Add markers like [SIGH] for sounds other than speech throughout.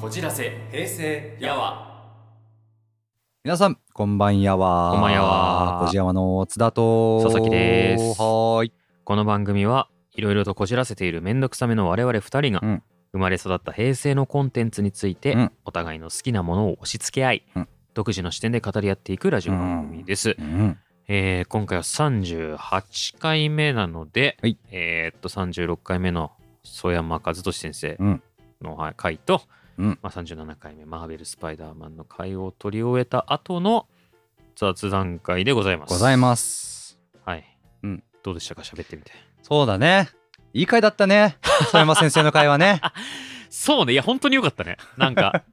こじらせ平成やわ皆さん、こんばんやわ。こんばんやわこじやまの津田と佐々木ですはーい。この番組はいろいろとこじらせているめんどくさめの我々二人が、うん生まれ育った平成のコンテンツについて、うんお互いの好きなものを押し付け合い、うん独自の視点で語り合っていくラジオ番組です、うん。えー今回は38回目なので、はいえーっと36回目の曽山和俊先生うんのはい回と、うんまあ、37回目マーベル・スパイダーマンの回を取り終えた後の雑談会でございます。ございます。はい、うんどうでしたか喋ってみて。そうだね。いい回だっ [LAUGHS] たね。曽山先生の会はね。そうね、いや、本当に良かったね。なん [LAUGHS] か、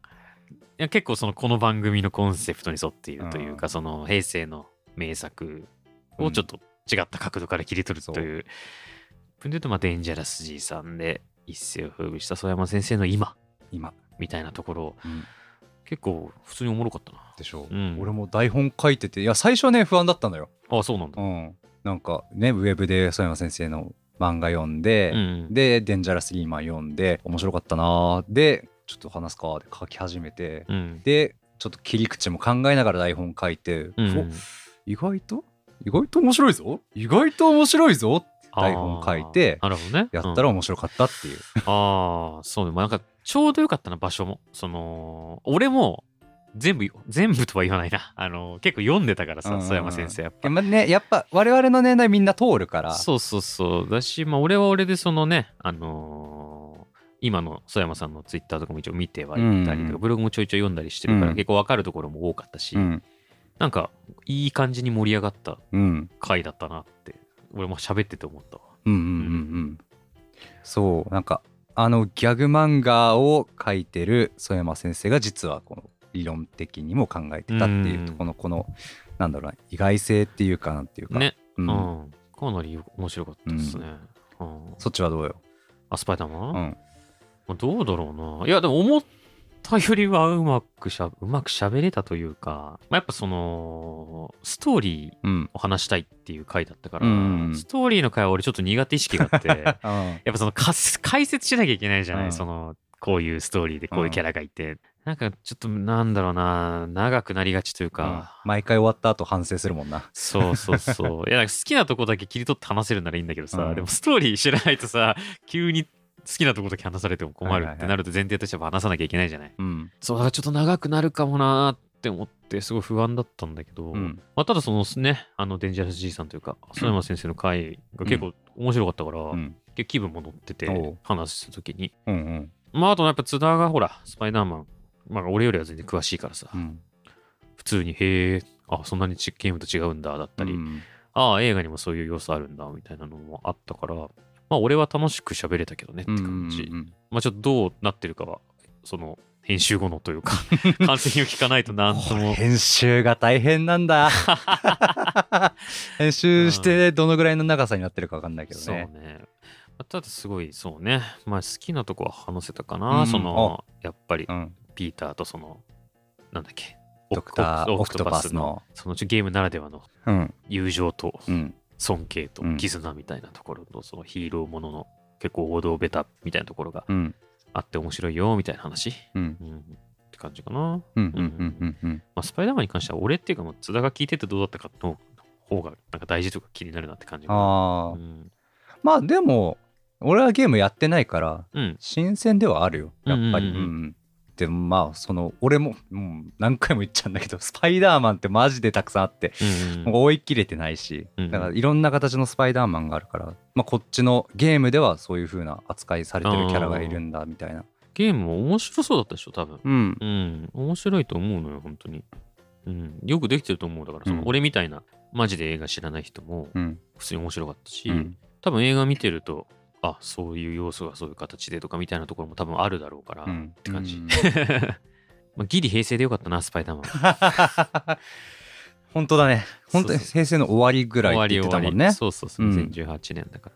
いや結構その、この番組のコンセプトに沿っているというか、その、平成の名作をちょっと違った角度から切り取るという。分で言うと、まあ、デンジャラス G さんで一世を風靡した曽山先生の今、今。みたいなところ、うん結構、普通におもろかったな。でしょう、うん俺も台本書いてて、いや、最初はね、不安だったのよ。ああ、そうなんだう。ん。なんかね、ウェブで曽山先生の漫画読んで、うん。で、デンジャラスリーマン読んで、面白かったなーで、ちょっと話すかって書き始めて、うん。で、ちょっと切り口も考えながら台本書いて、うんお意外と意外と面白いぞ意外と面白いぞって台本書いてあーなるほどね。やったら面白かったっていう、ああ、そうでもなんかちょうどよかったな、場所も。その、俺も全部、全部とは言わないな。 [LAUGHS] あの、結構読んでたからうんうさ、んうん曽山先生、やっぱ。まあねやっぱ我々の年代みんな通るからそうそうそう。だし、まあ、俺は俺でそのね、あのー今の曽山さんのツイッターとかも一応見てはいたりうんとか、うんブログもちょいちょい読んだりしてるかうら、ん結構わかるところも多かったし、うん、なんか、いい感じに盛り上がったうん、うん回だったなって、俺も喋ってて思ったわ。うんうんうんそうなんかあのギャグ漫画を書いてる曽山先生が実はこの理論的にも考えてたっていうとこのこのなんだろうな意外性っていうかなんていうか、ね。ううんん。かなり面白かったですね。うんそっちはどうよ、あ、スパイダーマンうん、まあどうだろうな。いや、でも思ったよりはうまくしゃ、うまく喋れたというか、まあ、やっぱその、ストーリーうんを話したいっていう回だったから、うんストーリーの回は俺ちょっと苦手意識があ [LAUGHS] って、やうんっぱそのかす解説しなきゃいけないじゃない、うんその、こういうストーリーでこういうキャラがいて。なんかちょっとなんだろうな、長くなりがちというか、毎回終わった後反省するもんなそうそう [LAUGHS] そう。いや、なんか好きなとこだけ切り取って話せるならいいんだけどさ、うんでもストーリー知らないとさ、急に好きなとこだけ話されても困るってなると前提としては話さなきゃいけないじゃない。うんそう、だからちょっと長くなるかもなーって思って、すごい不安だったんだけど、うんまあ、ただそのね、あの、デンジャラス G さんというか、曽山先生の回が結構面白かったから、うん結構気分も乗っておてう、話すときに。うんうんまあ、あとやっぱ津田がほら、スパイダーマン、まあ、俺よりは全然詳しいからさ、うん普通に、へえ、あ、そんなにちゲームと違うんだ、だったり、うんああ、映画にもそういう要素あるんだ、みたいなのもあったから、まあ、俺は楽しく喋れたけどねって感じ。うんうんうんまあ、ちょっとどうなってるかは、その、編集後のという [LAUGHS] か、完成品を聞かないとなんとこれも。編集が大変なん [LAUGHS] だ編集してどのぐらいの長さになってるかわかんないけどそうねね。まあただすごい、そうね。まあ、好きなとこは話せたかな。うんその、やっぱりう、ん、ピーターとその、なんだっけ、ドクターオオククトトパパススの、のそのうちゲームならではのうん友情とうん尊敬とうん絆みたいなところと、そのヒーローものの結構王道ベタみたいなところがうんあって面白いよみたいな話、うんうん、って感じかな、うんうんうんうんうんまあ、スパイダーマンに関しては俺っていうかもう津田が聞いててどうだったかの方がなんか大事とか気になるなって感じかなあうーん、まあでも俺はゲームやってないからうん、新鮮ではあるよやっぱり、うんうんうんうんでもまあその俺も、うん、何回も言っちゃうんだけどスパイダーマンってマジでたくさんあってうんうん追い切れてないし、うんだからいろんな形のスパイダーマンがあるから、まあ、こっちのゲームではそういう風な扱いされてるキャラがいるんだみたいな。ゲームも面白そうだったでしょ多分うん、うん面白いと思うのよ本当に、うん、よくできてると思うだからそのうん俺みたいなマジで映画知らない人もうん、普通に面白かったし、うん多分映画見てるとあそういう要素がそういう形でとかみたいなところも多分あるだろうから、うんって感じ、うん [LAUGHS] まあ、ギリ平成でよかったなスパイダーマン本当だね。本当にそうそう平成の終わりぐらいって言ってたもんね。そうそうそう、うん2018年だから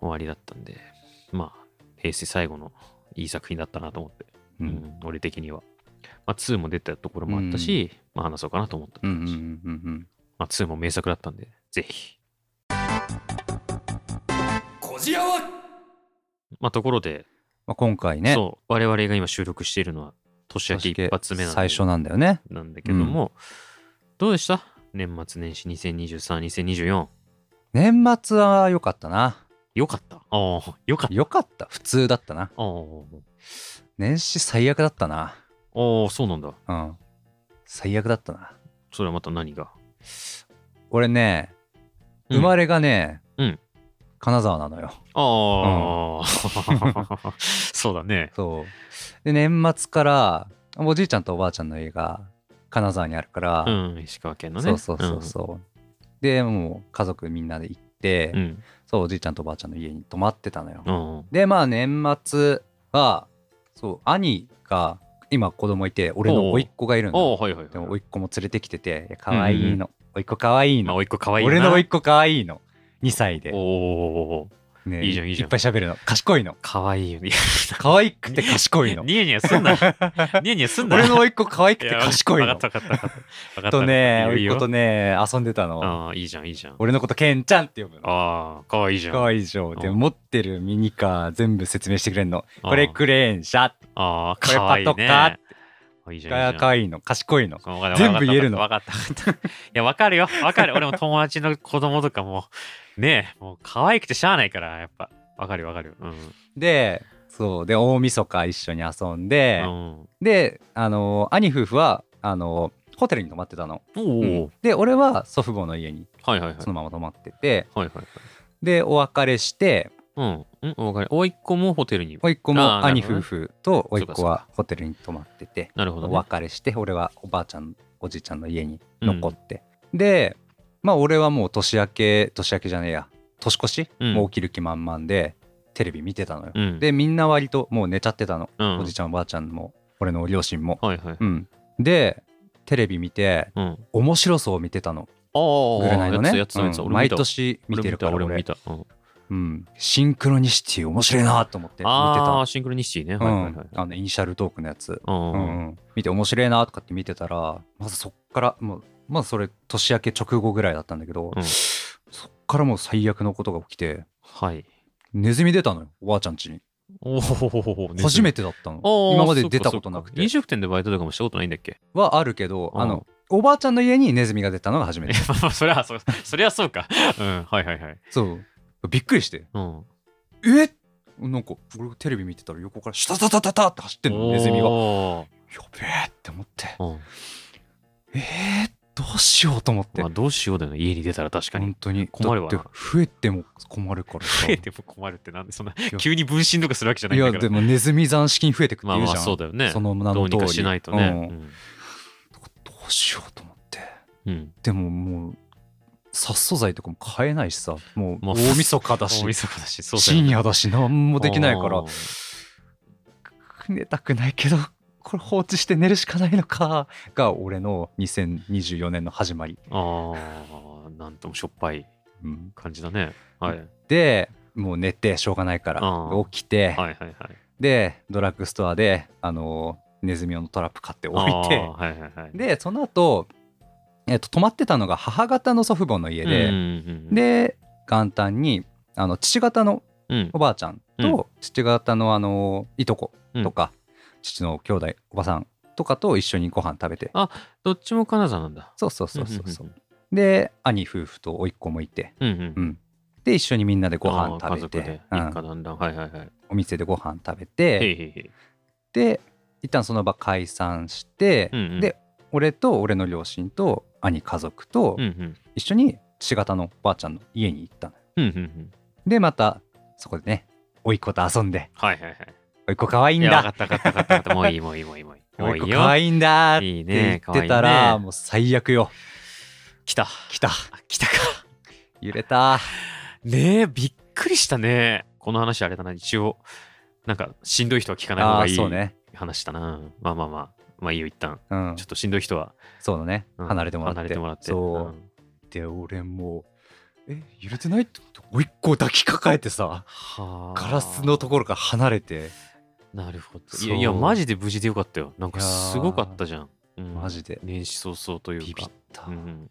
終わりだったんで、まあ、平成最後のいい作品だったなと思って、ううんん俺的には。まあ、2も出たところもあったし、まあ、話そうかなと思ったってうんうん感うじ、んうんまあ、2も名作だったんで、ぜひ。こじらはまあ、ところで、まあ、今回ねそう我々が今収録しているのは年明け一発目なんで最初なんだよねなんだけども、どうでした年末年始20232024年末は良かったなよかったああよかった良かった普通だったなあー年始最悪だったなあーそうなんだうん最悪だったなそれはまた何が俺ねうん生まれがね、うん金沢なのよああ、そうだねそうで年末からおじいちゃんとおばあちゃんの家が金沢にあるから、うん石川県のねそうそうそうそう、でもう家族みんなで行って、うんそうおじいちゃんとおばあちゃんの家に泊まってたのよ、うんでまあ年末はそう兄が今子供いて俺の甥っ子がいるおのおはいはいはいでも甥っ子も連れてきてていや可愛いの、甥っ子可愛いまあの、甥っ子可愛いよな俺の甥っ子可愛いの2歳で、おおねいいじゃんいいじゃんっぱい喋るの賢いの可愛いよね可愛くて賢いの [LAUGHS] ニヤニヤすん [LAUGHS] なニヤニヤすんな俺の甥っ子可愛くいてや賢いわのかったわかったわかったわかったとね甥っ子とねね遊んでたの、ああいいじゃんいいじゃん俺のことケンちゃんって呼ぶのああ可愛いじゃん可愛いでしょでうん持ってるミニカー全部説明してくれんのあーこれクレーン車ああこれ可愛いねパトカーってあいいじゃんいいじゃん可愛いの賢いのわかる全部言えるのわかったわかった。わかったいや、わかるよ。わかる。俺も友達の子供とかも、ねえ、もう可愛くてしゃあないから、やっぱ。わかるよわかるよ。うん。でそうで大晦日一緒に遊んで、うんであの兄夫婦はあのホテルに泊まってたの、おうんお。で俺は祖父母の家にはいはいはい。はいそのまま泊まってて、はいはい。でお別れしてうん。うん、わかる。おいっ子もホテルに。甥っ子あーもなる兄ほどね夫婦と甥っそ子うかそうはホテルに泊まっててなるほど、おね。別れして俺はおばあちゃんおじいちゃんの家に残って、でまあ俺はもう年明け年明けじゃねえや年越し、うんもう起きる気満々でテレビ見てたのよ、うん。でみんな割ともう寝ちゃってたの、うんおじいちゃんおばあちゃんも俺の両親も、はいはい。うん、でテレビ見てうん。あ面白そう見てたのあ。ぐらいのねやつやつやつ。うん俺見毎た年見てるから俺俺も見た。俺も見た。うん、シンクロニシティ面白いなと思っうん、て見てあたあ、シンクロニシティね。うはいはいはいん。あのイニシャルトークのやつ、う。うんうん。んうん、見て面白いなとかって見てたらまずそっからもうまずそれ年明け直後ぐらいだったんだけど、うんそっからもう最悪のことが起きてはい。ネズミ出たのよおばあちゃん家におお。初めて。てだったのおー今まで出たことなくそっかそっかて飲食店でバイトとかもしたことないんだっけはあるけどうんあのおばあちゃんの家にネズミが出たのが初めてまあまあそりゃそうそりゃそうか。うん、はいはいはい。そうびっくりしてうん。えなんか俺テレビ見てたら横からシュタタタタタって走ってんのネズミがやおべえって思ってーうんえー、どうしようと思ってまあ、どうしようだよね、家に出たら確かに本。当に困るわなだって増えても困るから [LAUGHS] さ増えても困るって [LAUGHS] なんで、そんないや急に分身とかするわけじゃないいんだやかでら。もネズミ残資金増えてくってまあ言うまじゃん、あそうだよねそ。の名の通どうりにかしないとねう。んどうしようと思ってうんうん。でももう殺素剤とかも買えないしさもうもう大晦日だし大晦日だし、そうだよ深ね夜だし何もできないかあらー寝たくないけど [LAUGHS] これ放置して寝るしかないのかが俺の2024年の始まり、あー、なんともしょっぱいうん感じだね。はい。でもう寝てしょうがないからあー起きはて、いはいはい。でドラッグストアであのネズミ用のトラップ買って [LAUGHS] 置いてあーはいはいはい。でその後、えっと泊まってたのが母方の祖父母の家うんで、うん、で元旦にあの父方のうんおばあちゃんうんと父方のあのいとことか、父の兄弟おばさんとかと一緒にご飯食べてあどっちも金沢なんだ。そうそうそうそうそううんで兄夫婦と甥っ子もいて、うんうん。うん、で一緒にみんなでごあ飯ー食べ家族でて、う一家ん、団らんはいはいはい。お店でご飯食べへいてへいへいで一旦その場解散して、うんうんで俺と俺の両親と兄家族と、うんうん一緒に父方のばあちゃんの家に行ったのようんうんうん。でまたそこでね甥っ子と遊んではいはいはい。甥っ子可愛いんいや、わかだったわかったわかったわかった。もういいもういいもういいもういい。も甥うっい子い可よ。愛いんだっていい言っね。てたら可愛いねもう最悪よ来た。来たあ来たか。揺れたねえ、びっくりしたね。この話あれだな。一応、なんか、しんどい人は聞かない方あがあいそういね話だな。まあまあまあ。まあいいよ、一旦。うんちょっとしんどい人は、そうだねうん離れてもらって離れてもらって。そううんで俺もうえ揺れてないってこと甥っ子を抱きかかえてさはあガラスのところから離れてなるほど。そういや、いや、マジで無事でよかったよ。なんか、いやーすごかったじゃん。うんマジで年始早々というか。ビビったうん、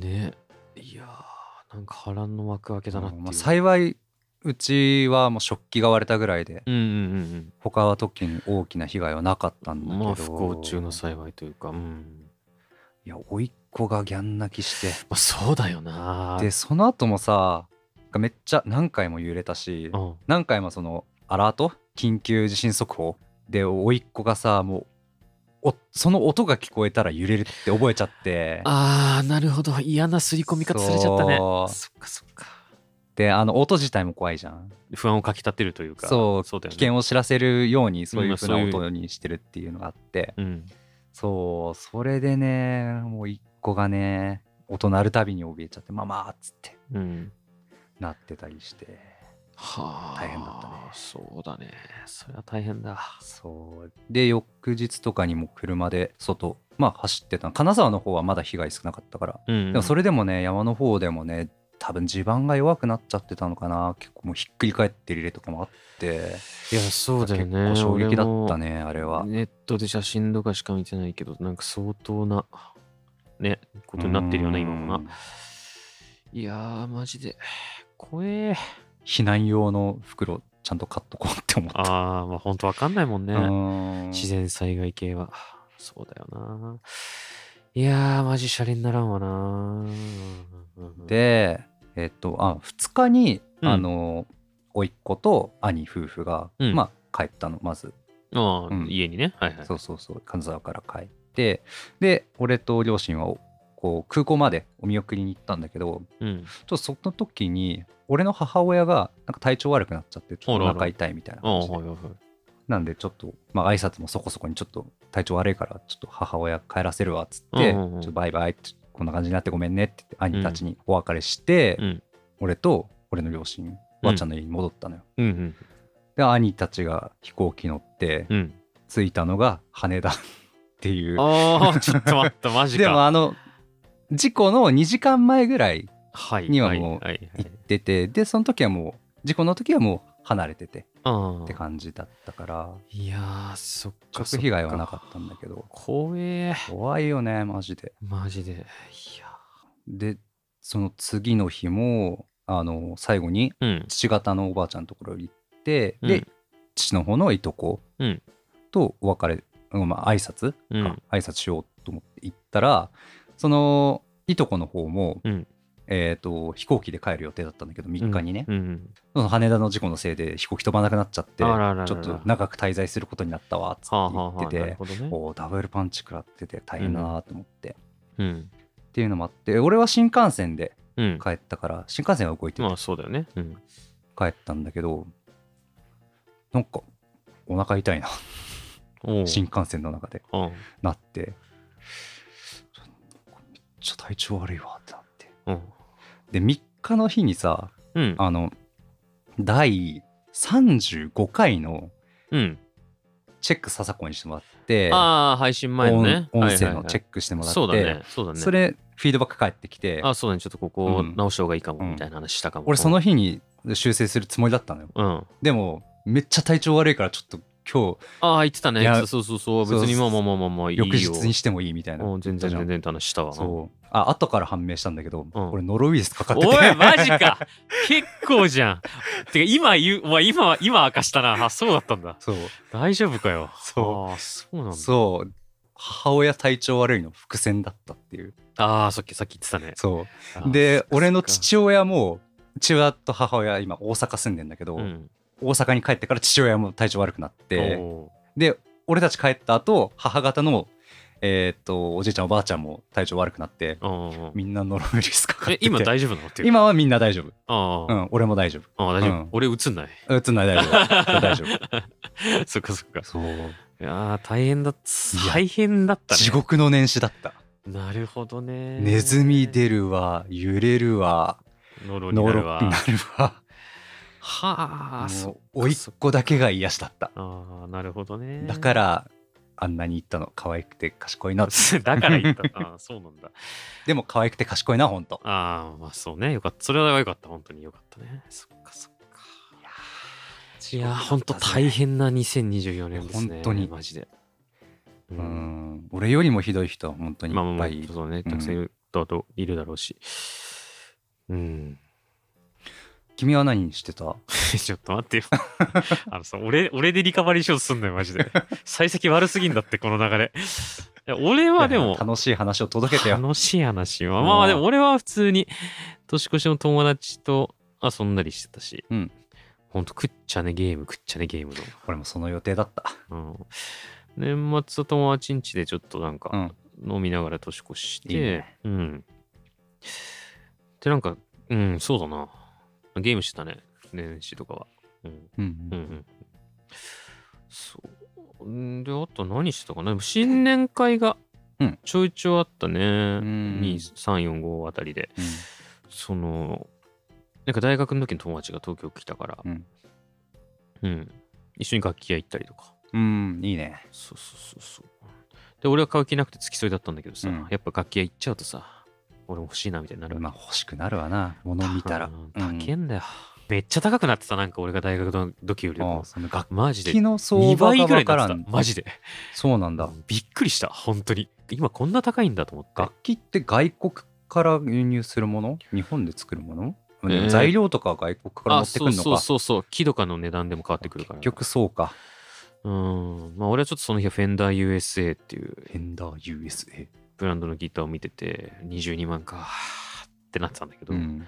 ねいやーなんか波乱の幕開けだなっていう、まあ幸いうちはもう食器が割れたぐらいでうんうんうん他は特に大きな被害はなかったうんだけど、まあ不幸中の幸いというか、うんいや甥っ子がギャン泣きしてまあ、そうだよなでその後もさめっちゃ何回も揺れたしうん、何回もそのアラート緊急地震速報で甥っ子がさもうおその音が聞こえたら揺れるって覚えちゃってあーなるほど嫌な刷り込み方されちゃったねそうそっかそっかであの音自体も怖いじゃん不安をかきたてるというかそうそうだよ危ね険を知らせるようにそういうふうなうんまあそういう音にしてるっていうのがあってうん、そうそれでねもう一個がね音鳴るたびに怯えちゃって「ママ」っつってうん、なってたりしてはあ大変だったねそうだねそれは大変だそうで翌日とかにも車で外まあ走ってた金沢の方はまだ被害少なかったからうんでもそれれでもね山の方でもね多分地盤が弱くなっちゃってたのかな結構もうひっくり返ってる例とかもあっていやそうだよね結構衝撃だったねねあれは、ネットで写真とかしか見てないけどなんか相当なねことになってるよね今もうなんいやーマジで怖え避難用の袋ちゃんと買っとこうって思ったあーまあ本当わかんないもんね、うん自然災害系は。そうだよな。いやー、マジシャレにならんわな。でえっとあ2日に、うんあの甥っ子と兄夫婦が、うんまあ帰ったのまずああ、うん家にね。はいはい。そうそうそう金沢から帰ってで俺と両親はおこう空港までお見送りに行ったんだけどうん。ちょっとその時に俺の母親がなんか体調悪くなっちゃってちょっとお腹痛いみたいなああ、感じはいではいはい。なんでちょっとまあ挨拶もそこそこにちょっと体調悪いからちょっと母親帰らせるわっつって、うんうんうんちょっとバイバイってこんな感じになってごめんねって言って兄たちにお別れして、うん。俺と俺の両親わっちゃんの家に戻ったのよ、うんうん。で兄たちが飛行機乗ってうん。着いたのが羽田っていうあ [LAUGHS] あ、ちょっと待った、マ [LAUGHS] ジか。でもあの事故の2時間前ぐらいはい。にはもういい行っててでその時はもう事故の時はもう離れててああって感じだったからいやー、そっか。直被害はなかったそんっだけどか。怖え。怖いよねマジでマジで。いやでその次の日もあの最後にー。うん。父方のおばあちゃんのところに行って、うでん父の方のいとこうんとお別れ、うんまあ、挨拶か、うん挨拶しようと思って行ったらそのいとこの方も、うんえー、と飛行機で帰る予定だったんだけど3日にね、うん。その羽田の事故のせいで飛行機飛ばなくなっちゃってあららららちょっと長く滞在することになったわっつってはあはあはあ。言ってなて、るほどね。おーダブルパンチ食らってて大変だなと思って、うん。っていうのもあって俺は新幹線でうん。帰ったから新幹線は動いててまあ、そうだよね。うん。帰ったんだけどなんかお腹痛いなおう新幹線の中でうん。なってちょめっちゃ体調悪いわってなってうん。で3日の日にさうん。あの第35回のうん。チェックささこにしてもらってああ、配信前のね。音音声のチェッククしてもらって、そうだね。そうだね。それフィードバック返ってきてあそうだね。ちょっとここうん直した方がいいかもうんみたいな話したかも。俺その日に修正するつもりだったのようん。あでもめっちゃ体調悪いからちょっと今あ、言ってたねいや。そうそうそう。別そうにまあまあまあまあまあいい日よ。翌日にしてもいいみたいなうん全然全然って話したわ。そうあ後から判明したんだけど、うん俺ノロウイルスかかってておい、マジか結構じゃん。てか、今言う、お前今は、今明かしたな。あ、そうだったんだ。 [LAUGHS] そう大丈夫かよ。。そうああ、そうなんだ。そう母親体調悪いの伏線だったっていうああ、さっき、さっき言ってたね。そあうーでそっか俺の父親も父親と母親今大阪住んでんだけど、うん。大阪に帰ってから父親も体調悪くなっておで俺たち帰った後母方のえーっとおじいちゃんおばあちゃんも体調悪くなってーうんみんなノロウイルスかかってえ、て今大丈夫なのっていう。今はみんな大丈夫、あうあ、ん、俺も大丈夫ああ、大丈うん夫。俺映んない。 [LAUGHS] うつんない大丈夫大丈夫そっかそっか。そういやー大変だったいや大変だったね地獄の年始だったなるほどねネズミ出るわ揺れるわノロにノなるロッわクになるわはあそもっう甥っ子だけが癒しだったあーなるほどねだかららあんなに言ったの可愛くて賢い [LAUGHS] なだから言ったあーそうなんだ [LAUGHS] でも可愛くて賢いなほんとああまあそうねよかったそれはよかった本当によかったねそっかそっかいやー本当大変な2024年ですね本当にマジでうう、ん俺よりもひどい人は本当にまあまあいっまぱあいいるそうねたくさんいるだといるだろうしうん君は何してた [LAUGHS] ちょっと待 [LAUGHS] ってよ。あのさ、俺、俺でリカバリーショートすんのよ、マジ [LAUGHS] で。幸先悪すぎんだって、この流れ。いや俺はでいやも、楽しい話を届けてよ。楽しい話は。うんまあまあでも俺は普通に年越しの友達と遊んだりしてたし。うんほんと食っちゃねゲーム食っちゃねゲーム俺もその予定だった。の。うん、年末は友達ん家でちょっとなんうかん。飲みながら年越しして。いいねうん。でなんか、うん、そうだな。ゲームしてたね。年始とかは。うん。ううんうんん。そう。んで、あと何してたかな新年会がうんちょいちょいあったね。ん2345あたりでうんそのなんか大学の時の友達が東京来たから、うんうん一緒に楽器屋行ったりとかうん、いいね。そうそうそうそうで俺は買う気なくて付き添いだったんだけどさ、うんやっぱ楽器屋行っちゃうとさ俺も欲しいなみたいになるわけまあ欲しくなるわな、物見たら。うんうん高えんだよ、めっちゃ高くなってたなんか俺が大学の時よりあもあその楽マジ器での相2場倍がぐら分いにからなってんた。マジでそうなんだ。びっくりした本当に今こんな高いんだと思って楽器って外国から輸入するもの日本で作るもの、えーでも材料とかは外国から持あってそくうるのそうか。そうそう木とかの値段でも変わってくるから結局そうか。うーんまあ俺はちょっとその日はフェンダー USA っていうフェンダー USA。ブランドのギターを見てて22万かってなってたんだけど、うん。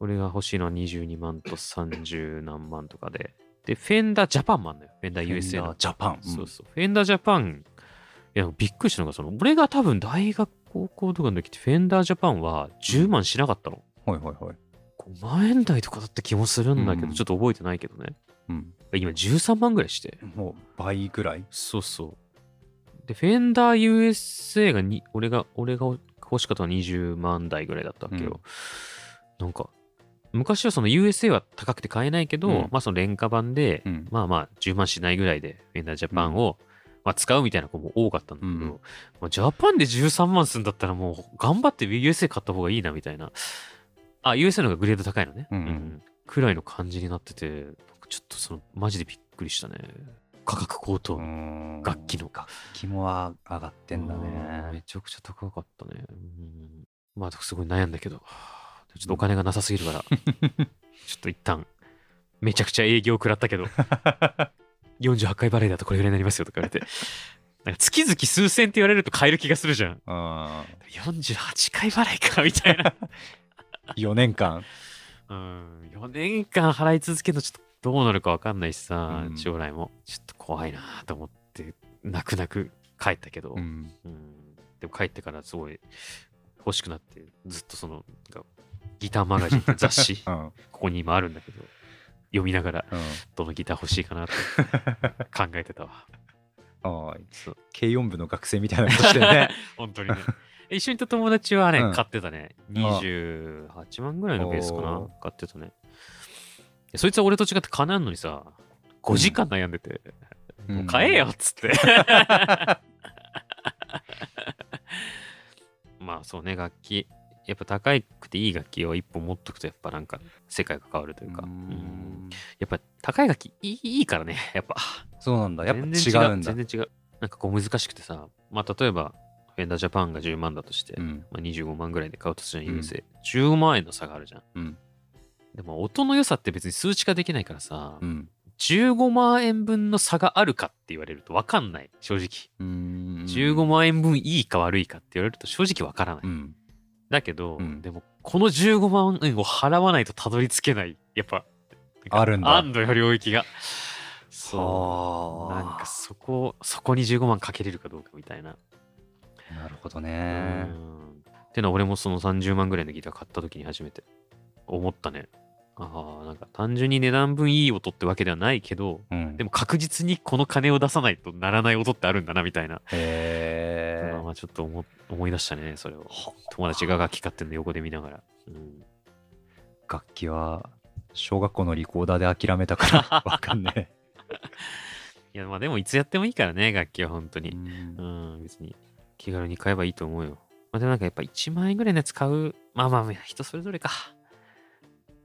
俺が欲しいのは22万と30何万とかででフェンダージャパンもあんのよフェンダー USA フェンダのージャパンうんそうそうフェンダージャパンいやびっくりしたのがその俺が多分大学高校とかの時ってフェンダージャパンは10万しなかったの、はいはいはい。 5万円台とかだった気もするんだけど、うんちょっと覚えてないけどねうん。今13万ぐらいしてもう倍ぐらい。そうそう。で、フェンダー USA がに、俺が、俺が欲しかったのは20万台ぐらいだったけど、なんか、昔はその USA は高くて買えないけど、うんまあその廉価版で、うん。まあまあ10万しないぐらいで、フェンダージャパンを、まあ、使うみたいな子も多かったんだけど、うんまあジャパンで13万するんだったらもう頑張って USA 買った方がいいなみたいな。あ、USA の方がグレード高いのね。うんうんくらいの感じになってて、なんかちょっとその、マジでびっくりしたね。価格高騰の。うん楽器の楽器も上がってんだうんめね。ちゃくちゃ高かったね。うんまあ、すごい悩んだけど、ちょっとお金がなさすぎる [LAUGHS] から、ちょっと一旦、めちゃくちゃ営業食らったけど、48回バレーだとこれぐらいになりますよとか言われて、なんか月々数千って言われると買える気がするじゃん。うん。 48回バレーかみたい [LAUGHS] な。 4年間。うん、4年間払い続けるのちょっとどうなるか分かんないしさ、うん将来も。ちょっと怖いなと思って、泣く泣く帰ったけど。うん。うん、でも帰ってからすごい欲しくなってずっとそのなんかギターマガジンって雑 [LAUGHS] 誌うこん。こに今あるんだけど読みながらうんどのギター欲しいかなって考えてたわああ、そう軽音部の学生みたいなことし [LAUGHS] てね。本当にね一緒にいた友達はね、うん買ってたねああ28万ぐらいのベースかなお買ってたねそいつは俺と違って金あんのにさ5時間悩んでて、もう買えよっつって。 [LAUGHS] まあそうね、楽器。やっぱ高くていい楽器を一本持っとくと、やっぱなんか世界が変わるというか。ううんんやっぱ高い楽器いいいいからね、やっぱ。そうなんだ。やっぱ違うんだ。全然違う。なんかこう難しくてさ、まあ例えば、フェンダージャパンが10万だとして、うん。まあ、25万ぐらいで買うとするじゃん、うん USA。15万円の差があるじゃん。うん。でも音の良さって別に数値化できないからさ、うん。 15万円分の差があるかって言われると分かんない、正直。うん15万円分いいか悪いかって言われると正直わからない。うん。だけど、うんでもこの15万円を払わないとたどり着けない、やっぱ、あるんだあんのよ、領域が。そう。はあ。なんかそこ、そこに15万かけれるかどうかみたいな。なるほどうね。ん。ってのは俺もその30万ぐらいのギター買った時に初めて思ったね。ああ、なんか単純に値段分いい音ってわけではないけど、うん。でも、も確実にこの金を出さないとならない音ってあるんだなみたいな。へまあーまあちょっと思思い出したね、それを。は友達が楽器買ってんの横で見ながら。うん、楽器は小学校のリコーダーで諦めたから [LAUGHS] わかんねいや、まあでもいつやってもいいからね、楽器は本当え。に。うんうん、別に気軽に買えばいいと思うよ。まあでもなんかやっぱ1万円ぐらいのやつ買う。まあまあ、人それぞれか。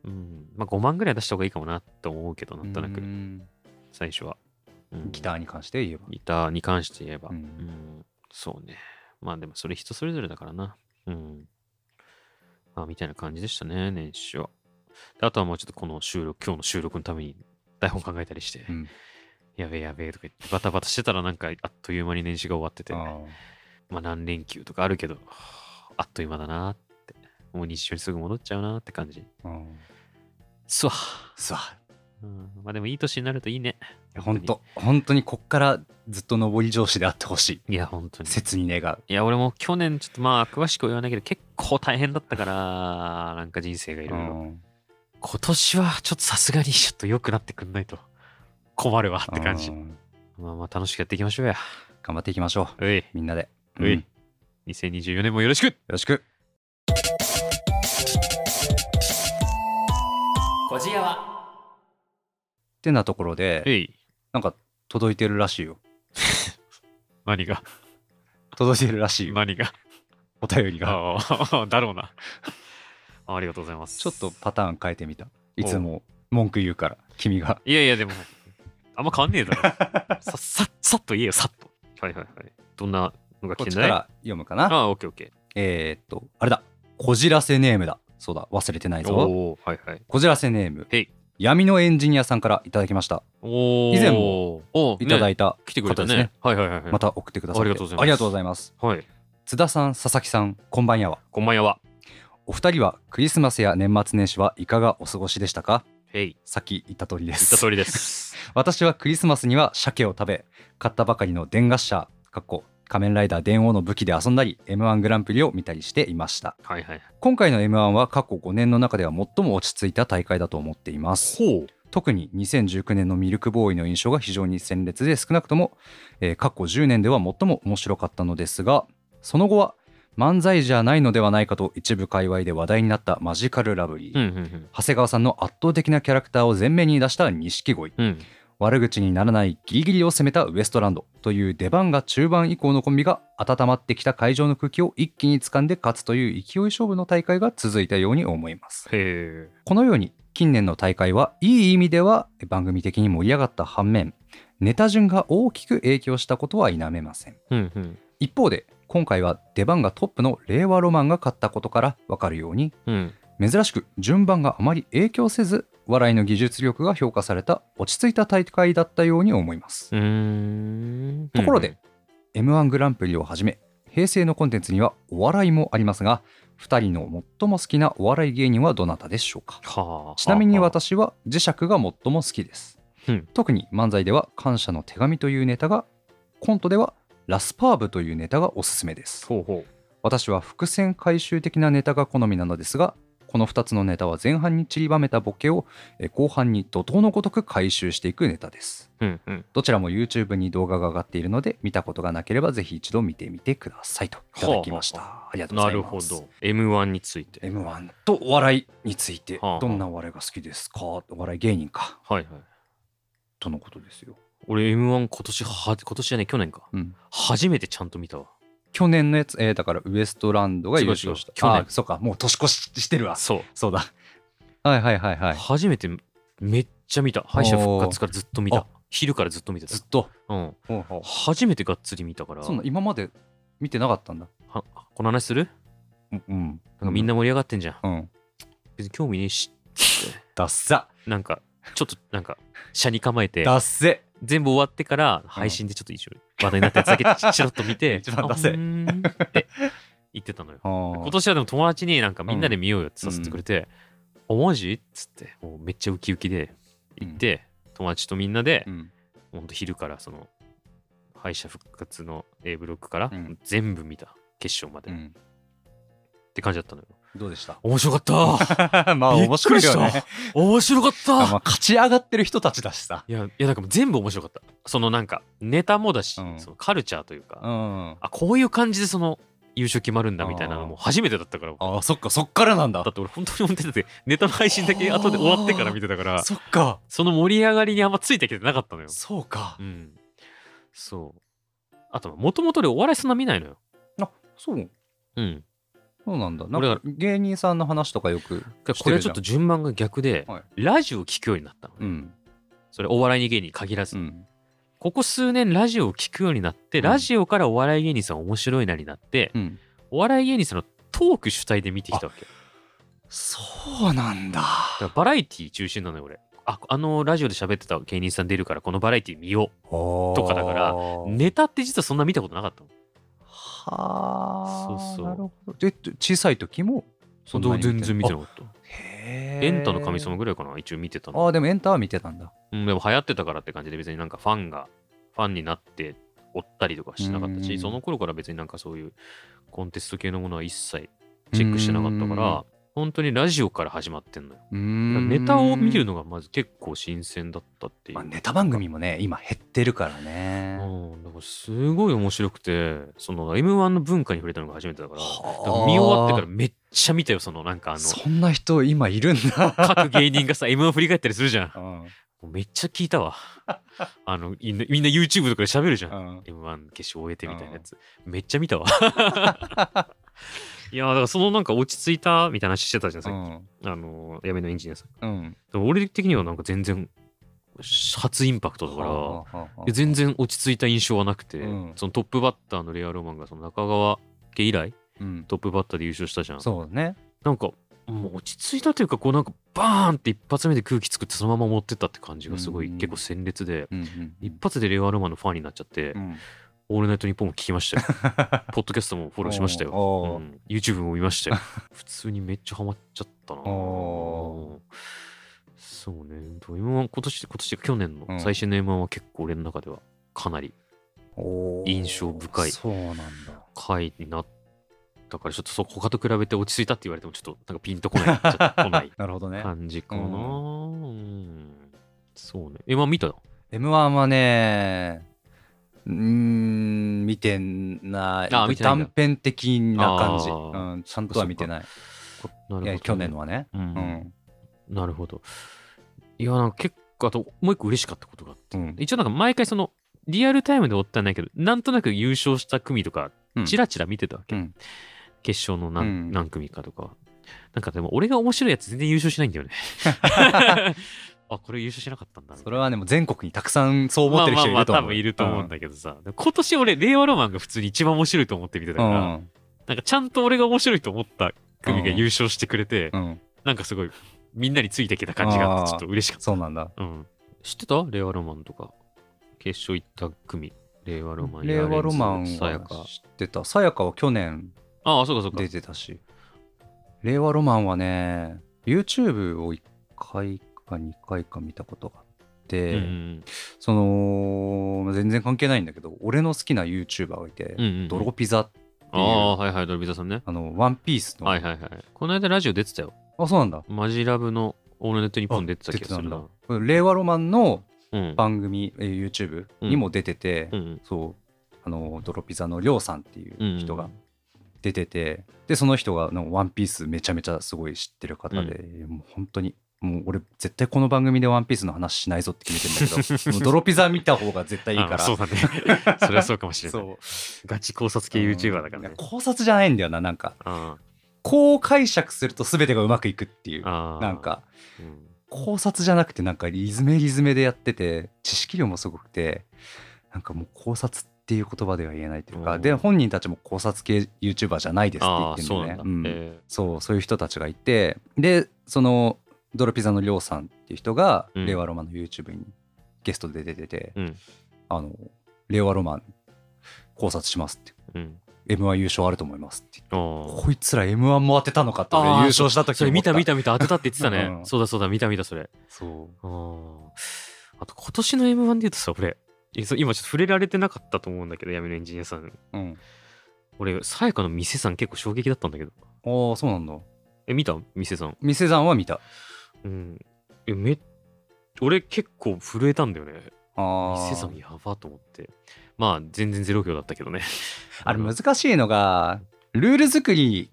うん、まあ5万ぐらい出した方がいいかもなと思うけど、なんとなうく、ん最初は。うんギターに関して言えば。ギターに関して言えば。ううんん、そうね。まあでもそれ人それぞれだからな。うん。まあみたいな感じでしたね、年始は。であとはもうちょっとこの収録、今日の収録のために台本考えたりして、うんやべえやべえとか言ってバタバタしてたらなんかあっという間に年始が終わってて、あまーあ何連休とかあるけど、はああっという間だなって、もう日常にすぐ戻っちゃうなって感じ。うんすわ。さあうん、まあでもいい年になるといいね。いや本当本当にこっからずっと上り調子であってほしいいや、本当に。切に願ういや、俺も去年、ちょっとまあ、詳しくは言わないけど、結構大変だったから、なんか人生がいろいろ。うん今年は、ちょっとさすがに、ちょっと良くなってくんないと困るわって感じう。んまあまあ、楽しくやっていきましょうや。頑張っていきましょういうみんなで、ううんよい。2024年もよろしくろしくこじやは。ってなところでえい。なんか届いてるらしいよ何が届いてるらしいよ何がお便りがああ、 [LAUGHS] だろうな。あありがとうございます。ちょっとパターン変えてみたいつも文句言うから君がいやいや、でも、あんま変わんねえ [LAUGHS] だろ。さ、さ、さっと言えよ、さっと。はいはいはい。どんなのがこ来ってんちだかいら読むかなああ、オッケーオッケえー、っとあれだこじらせネームだそうだ忘れてないー。ぞおー、はいはい。こじらせネームへい闇のエンジニアさんからいただきましたおー以前もおーいただねいた来てくれた方ねですねはいはいはいはい。また送ってくださってありがとうございますありがとうございますはい。津田さん佐々木さんこんばんやはこんばんやは。お二人はクリスマスや年末年始はいかがお過ごしでしたかへい。さっき言った通りで言ったす通りです。私はクリスマスには鮭を食べ買ったばかりの電ガッシャーかっこ仮面ライダー電王の武器で遊んだり m 1グランプリを見たりしていましたはいはい。今回の m 1は過去5年の中では最も落ち着いた大会だと思っていますほう。特に2019年のミルクボーイの印象が非常に鮮烈で少なくとも、えー過去10年では最も面白かったのですがその後は漫才じゃないのではないかと一部界隈で話題になったマジカルラブリー、うんうん長谷川さんの圧倒的なキャラクターを前面に出した錦鯉うん。うん。悪口にならないギリギリを攻めたウエストランドという出番が中盤以降のコンビが温まってきた会場の空気を一気に掴んで勝つという勢い勝負の大会が続いたように思いますへえ。このように近年の大会はいい意味では番組的に盛り上がった反面ネタ順が大きく影響したことは否めませんうんうん。一方で今回は出番がトップの令和ロマンが勝ったことからわかるようにうん。珍しく順番があまり影響せず笑いの技術力が評価された落ち着いた大会だったように思いますうーん。ところで m 1グランプリをはじめ平成のコンテンツにはお笑いもありますが2人の最も好きなお笑い芸人はどなたでしょうかはあ。ちなみにはあ。私は磁石が最も好きでうす、ん特に漫才では感謝の手紙というネタがコントではラスパーブというネタがおすすめですほうほ私は伏線回収的なネタが好みなのですがこの2つのネタは前半に散りばめたボケをえ後半に怒涛のごとく回収していくネタですう。うんうん。どちらも YouTube に動画が上がっているので見たことがなければぜひ一度見てみてくださいといただきました、はありがとうごなざいるますほど。M1 について。 m 1とお笑いについてはあはあどんなお笑いが好きですかお笑い芸人かはいはい。とのことですよ、俺 M1 今年は、今年じゃねえ、去年か。うん、初めてちゃんと見たわ。去年のやつ、えーだからウエストランドが優勝した違う違う去年あそうかもう年越ししてるわそう。そうだはいはいはいはい初めてめっちゃ見た。敗者復活からずっと見あた。昼からずっと見てたずっ。とうん。ほうほう初めてがっつり見たから。そんな今まで見てなかったんだはこの話するうん、うん、なんかみんな盛り上がってんじゃん。うん別に興味ねえし。ダッサなんか、ちょっとなんか、車に構えて、ダッセ全部終わってから配信でちょっと一緒に話題になったやつだけちチラッと見て、 [LAUGHS] 一番ダセえあうーんって言ってたのよ。今今年はでも友達になんかみんなで見ようよって誘ってくれて、あ、マジっつって、もうめっちゃウキウキで行って、友達とみんなでう、んほんと昼からその敗者復活の A ブロックからうん全部見た、決勝まで、うっんて感じだったのよどうでした面白かった [LAUGHS] まあびっく面白りいしよたね面白かっまたあ勝ち上がってる人たちだしさいやいやなんかもう全部面白かったそのなんかネタもだし、うんそのカルチャーというか、うんああこういう感じでその優勝決まるんだみたいなのも初めてだったからだあそっかそっからなんだって俺本当に思っててネタの配信だけ後で終わってから見てたからそっかその盛り上がりにあんまついてきてなかったのよそうかうんそうあともともと俺お笑いそんな見ないのよそううんそうなんだ。なん俺かが芸人さんの話とかよくだからしこてれるちじょゃっんと。順番が逆で、はいラジオを聞くようになったのね、うん。それお笑い芸人に限らず、うん。ここ数年ラジオを聞くようになって、うんラジオからお笑い芸人さん面白いなになって、うん。お笑い芸人さんのトーク主体で見てきたわけそうなんだ。だからバラエティー中心なのよ俺ああのラジオで喋ってた芸人さん出るからこのバラエティー見よとかだからうネタって実はそんな見たことなかったのはあ。そうそうなるほど。で、小さい時もそんなに全然見てなかったあへえ。エンタの神様ぐらいかな一応見てたのああ、でもエンタは見てたんだ。うん、でも流行ってたからって感じで別になんかファンがファンになって追ったりとかしてなかったうんうしんその頃から別になんかそういうコンテスト系のものは一切チェックしてなかったかうんら本当にラジオから始まってんのようーだからん。ネタを見るのがまず結構新鮮だったっていう、まあ、ネタ番組もね、今減ってるからね。うん、だからすごい面白くてその m 1の文化に触れたのが初めてだからだからはあ見終わってからめっちゃ見たよそのなんかあのそんな人今いるんだ。各芸人がさ m 1振り返ったりするじゃんうん。もうめっちゃ聞いたわあのみんなみんな YouTube とかで喋るじゃんうん。 M1 決勝終えてみたいなやつ、めっちゃ見 [LAUGHS] たわいやだからそのなんか落ち着いたみたいな話してたじゃんうさっん。き、あのやめのエンジニアさんうん。でも俺的にはなんか全然初インパクトだから、はあはあはあ全然落ち着いた印象はなくて、うんそのトップバッターのレアロマンがその中川家以来うん。トップバッターで優勝したじゃんそうね。なんかもう落ち着いたというかこうなんかバーンって一発目で空気作ってそのまま持ってったって感じがすごい、うん結構鮮烈で、うん一発でレアロマンのファンになっちゃって、うん。うん。オールナイトニッポンも聞きましたよ [LAUGHS] ポッドキャストもフォローしましたよ。うおーおーん、YouTube も見ま [LAUGHS] したよ。普通にめっちゃハマっちゃったな。おそうね。今今年、今年、去年うのん最新の M1 は結構俺の中ではかなりおー印象深いそうなんだ。回になったから、ちょっとそこかと比べて落ち着いたって言われても、ちょっとなんかピンとこない、ちょっと来 [LAUGHS] ないなるほどね。感じかな。ううんそうね。M1 見たの M1 はね、うーん、見てない。あ見てないんだ断片的な感じ。あーうん、ちゃんとは見てない。なるほいどねや、去年のはね。う。うんん。なるほど。いや、なんか結構、あともう一個嬉しかったことがあってうん一応なんか毎回そのリアルタイムで追ったんないけどなんとなく優勝した組とかうんチラチラ見てたわけ、うん決勝の何,、うん何組かとかなんかでも俺が面白いやつ全然優勝しないんだよね [LAUGHS] あこれ優勝しなかったんだそれはね、もう全国にたくさんそう思ってる人いまあまあまあると多思う。分いると思うんだけどさ、でも今年俺令和ロマンが普通に一番面白いと思って見てたうから、ん。なんかちゃんと俺が面白いと思った組が優勝してくれて、うん。うんなんかすごいみんなについてきた感じがあってちょっと嬉しかったそうなんだ。うん。知ってた令和ロマンとか。決勝行った組。令和ロマン、令和ロマヤーンレンズさやはか。知ってた。さやかは去年ああ、そうかそうか出。てたし。令和ロマンはね、YouTube を1回か2回か見たことがあって、うんその全然関係ないんだけど俺の好きな YouTuber がいて、うんうん。ドロッピザっていうああ、はいはい、ドロビザさんね。あのワンピースの、はいはいはい。この間ラジオ出てたよ。あそうなんだマジラブのオールネット日本出てた気がするあな。令和ロマンのうん。番組、えー YouTube にも出てて、うんそうあのドロピザのりょうさんっていうん。う人が。出てて、でその人があのワンピースめちゃめちゃすごい知ってる方で、もう本当にもう俺絶対この番組でワンピースの話しないぞって決めてん [LAUGHS] だけどもうドロピザ見た方が絶対いいかあらそうだね。 [LAUGHS] それはそうかもしれない。そうガチ考察系 YouTuber だからうんね。考察じゃないんだよななんかあこう解釈すると全てがうまくいくっていうあ。なん。かうん考察じゃなくてなんかリズメリズメでやってて知識量もすごくてなんかもう考察っていう言葉では言えないというか、うんで本人たちも考察系 YouTuber じゃないですって言あっあ、てるんだそうなよねんだ。うんえそうそういう人たちがいてでそのドロピザのりょうさんっていう人が、うん令和ロマンの YouTube にゲストで出てて、うんあの令和ロマン考察しますってーうん。 M1 優勝あると思いますってあーこいつら M1 も当てたのかって俺あー優勝した時それ見た見たた見た当てたって言ってたね、うんそうだそうだ見た見たそれそあーあと今年の m 1で言うとさ俺えそう今ちょっと触れられてなかったと思うんだけど闇のエンジニアさんううん俺さやかの店さん結構衝撃だったんだけどああそうなんだえ見た店さん店山は見たうんえめ俺結構震えたんだよねあ店さんーやばと思ってまあ全然ゼロ票だったけどねあれ難しいのがルール作り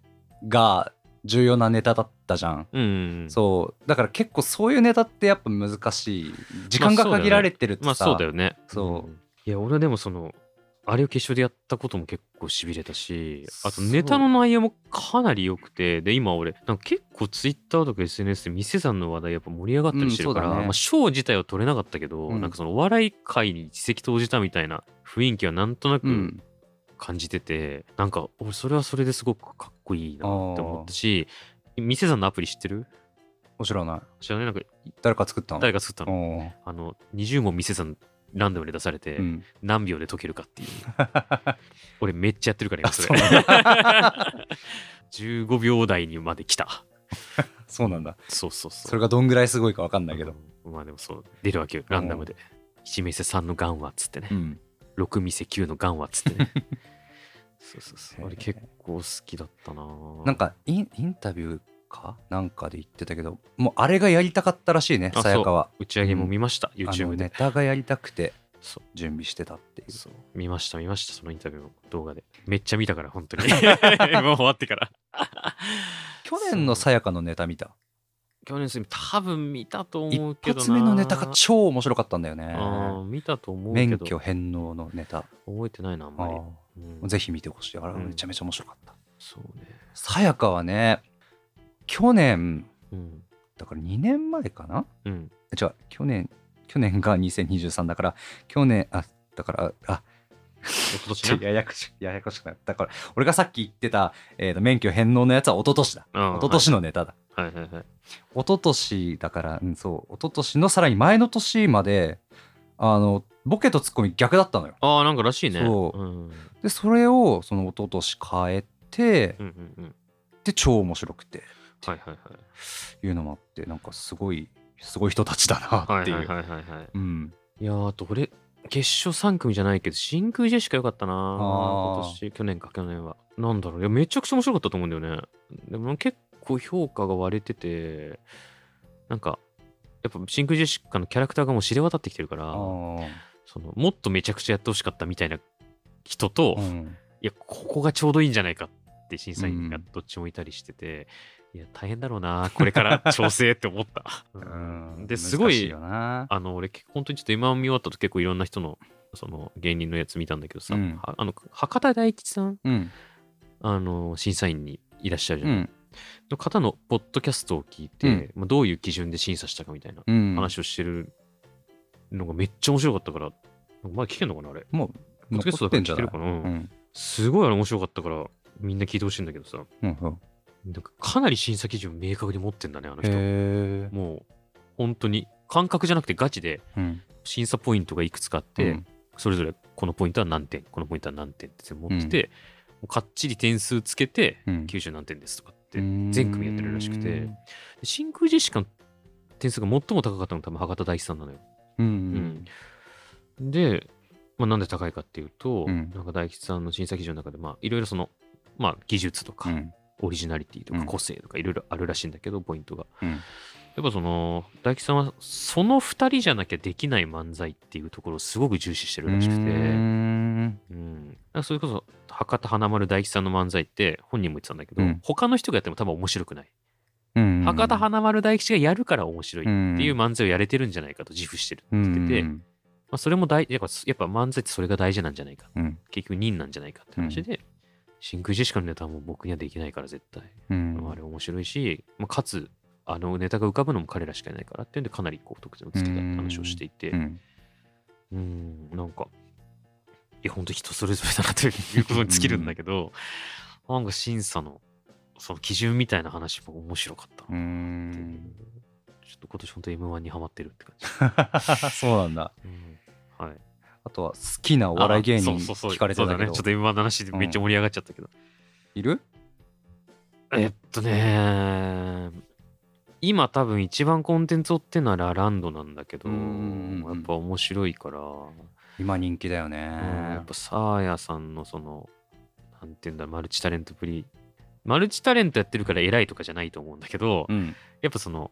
が重要なネタだったじゃん、うんうんそうだから結構そういうネタってやっぱ難しい時間が限られてるまとあさ、そうだよねそうんいや俺でもそのあれを決勝でやったことも結構しびれたしあとそうネタの内容もかなり良くてで今俺なんか結構ツイッターとか SNS で店さんの話題やっぱ盛り上がったりしてるから、うんそうだねまあ、ショー自体は取れなかったけど、うんなんかそのお笑い界に一石投じたみたいな雰囲気はなんとなうくん感じてて、なんか俺それはそれですごくかっこいいなって思ったし店さんのアプリ知ってるお知らない。知らないなんか誰か作ったの誰が作ったのおーあの20問店さんランダムで出されて、うん [LAUGHS] 何秒で解けるかっていう俺めっちゃやってるからあ今そそうれなんだ [LAUGHS] 15秒台にまで来たそうなんだ。そうそうそうそれがどんぐらいすごいかわかんないけど。まあでもそう出るわけよランダムで1店3のガンはっつってね、うん。 6店9のガンはっつ [LAUGHS] ってねそうそうそへうー俺結構好きだったなななんかインインタビューかなんかで言ってたけど、もうあれがやりたかったらしいね、あさやかは。打ち上げも見ました、あの YouTube で、ネタがやりたくてそう準備してたっていう。そう見ました見ましたそのインタビューも動画でめっちゃ見たから [LAUGHS] 本当に [LAUGHS] もう終わってから去年のさやかのネタ見た。去年すみ多分見たと思う一けどな発目のネタが超面白かったんだよね。あー見たと思うけ免ど許返納のネタ。覚えてないなあんあまり、ーうんぜひ見てほしい。あれうんめちゃめちゃ面白かった。そうねさやかはね、去年、うんだから2年前かなうんじゃあ去年去年が2023だから去年あだからあ一昨ちょ年な [LAUGHS] ややこしややこしくなっただから俺がさっき言ってた、えーと免許返納のやつは一昨年だうん一昨年のネタだ、はいはいはい一昨年だから、うん、そう一昨年のさらに前の年まであのボケとツッコミ逆だったのよああなんからしいねそううん、でそれをその一昨年変えてうんうんうんで超面白くてはいはいはいいうのもあってなんかすごいすごい人たちだなっていう、はいはいはいはい、はいうんいやーあと俺決勝3組じゃないけど真空ジェシカよかったなあー今年去年か去年はなんだろういやめちゃくちゃ面白かったと思うんだよねでも結構評価が割れててなんかやっぱ真空ジェシカのキャラクターがもう知れ渡ってきてるからあーそのもっとめちゃくちゃやってほしかったみたいな人と、ういんやここがちょうどいいんじゃないかって審査員がどっちもいたりしてて、いや大変だろうなこれから調整って思 [LAUGHS] った、うんですご難しいよなあの俺結構本当にちょっと今見終わったと結構いろんな人のその芸人のやつ見たんだけどさ、うんはあの博多大吉さんうんあの審査員にいらっしゃるじゃうない、んの方のポッドキャストを聞いて、うんまあ、どういう基準で審査したかみたいなうん、話をしてるのがめっちゃ面白かったから、なんか前聞けんのかなあれもうポッドキャスト残っだかてらんじ聞ゃけないるかな、うんうんすごいあれ面白かったからみんな聞いてほしいんだけどさうんうんなんかかなり審査基準を明確に持ってんだねあの人へえもう本当に感覚じゃなくてガチでうん審査ポイントがいくつかあって、それぞれこのポイントは何点このポイントは何点って全部持ってて、もうかっちり点数つけてうん90何点ですとかって、全全組やってるらしくてで真空ジェシカの点数が最も高かったのが多分博多大師さんなのよ、うんうんで、まあ、なんで高いかっていうと、うんなんか大吉さんの審査基準の中でまあいろいろそのまあ技術とか、うんオリジナリティとうかん個性とかいろいろあるらしいんだけど、ポイントがうんやっぱその大吉さんはその2人じゃなきゃできない漫才っていうところをすごく重視してるらしくて、うーんうん、だからそれこそ博多華丸大吉さんの漫才って本人も言ってたんだけど、うん他の人がやっても多分面白くない、うん博多華丸大吉がやるから面白いっていうう漫才をやれてるんじゃないかと自負してるってん言ってて、うまんあ、それも大やっぱやっぱ漫才ってそれが大事なんじゃないかうん結局人なんじゃないかって話で、真空ジェシカのネタはもう僕にはできないから絶対、うんあれ面白いし、まあ、かつあのネタが浮かぶのも彼らしかいないからっていうんでかなりこう得点をつけたって話をしていて、うんうん、なんか、いや、本当人それぞれだなということに尽きるんだけど、なんか審査の、その基準みたいな話も面白かったうーなっていうんちょっと今年本当 M1 にハマってるって感じ。 [LAUGHS] そうなんだうんはい。あとは好きなお笑い芸人あそうそうそう聞かれてそたうだけね。どちょっと M1 の話でめっちゃ盛り上がっちゃったけど。いるえっとね今多分一番コンテンツ追ってんのはラランドなんだけど、うんうんやうんっぱ面白いから、今人気だようんやねっぱサーヤさんのそのなんていうんだろうマルチタレントぶりマルチタレントやってるから偉いとかじゃないと思うんだけど、うんやっぱその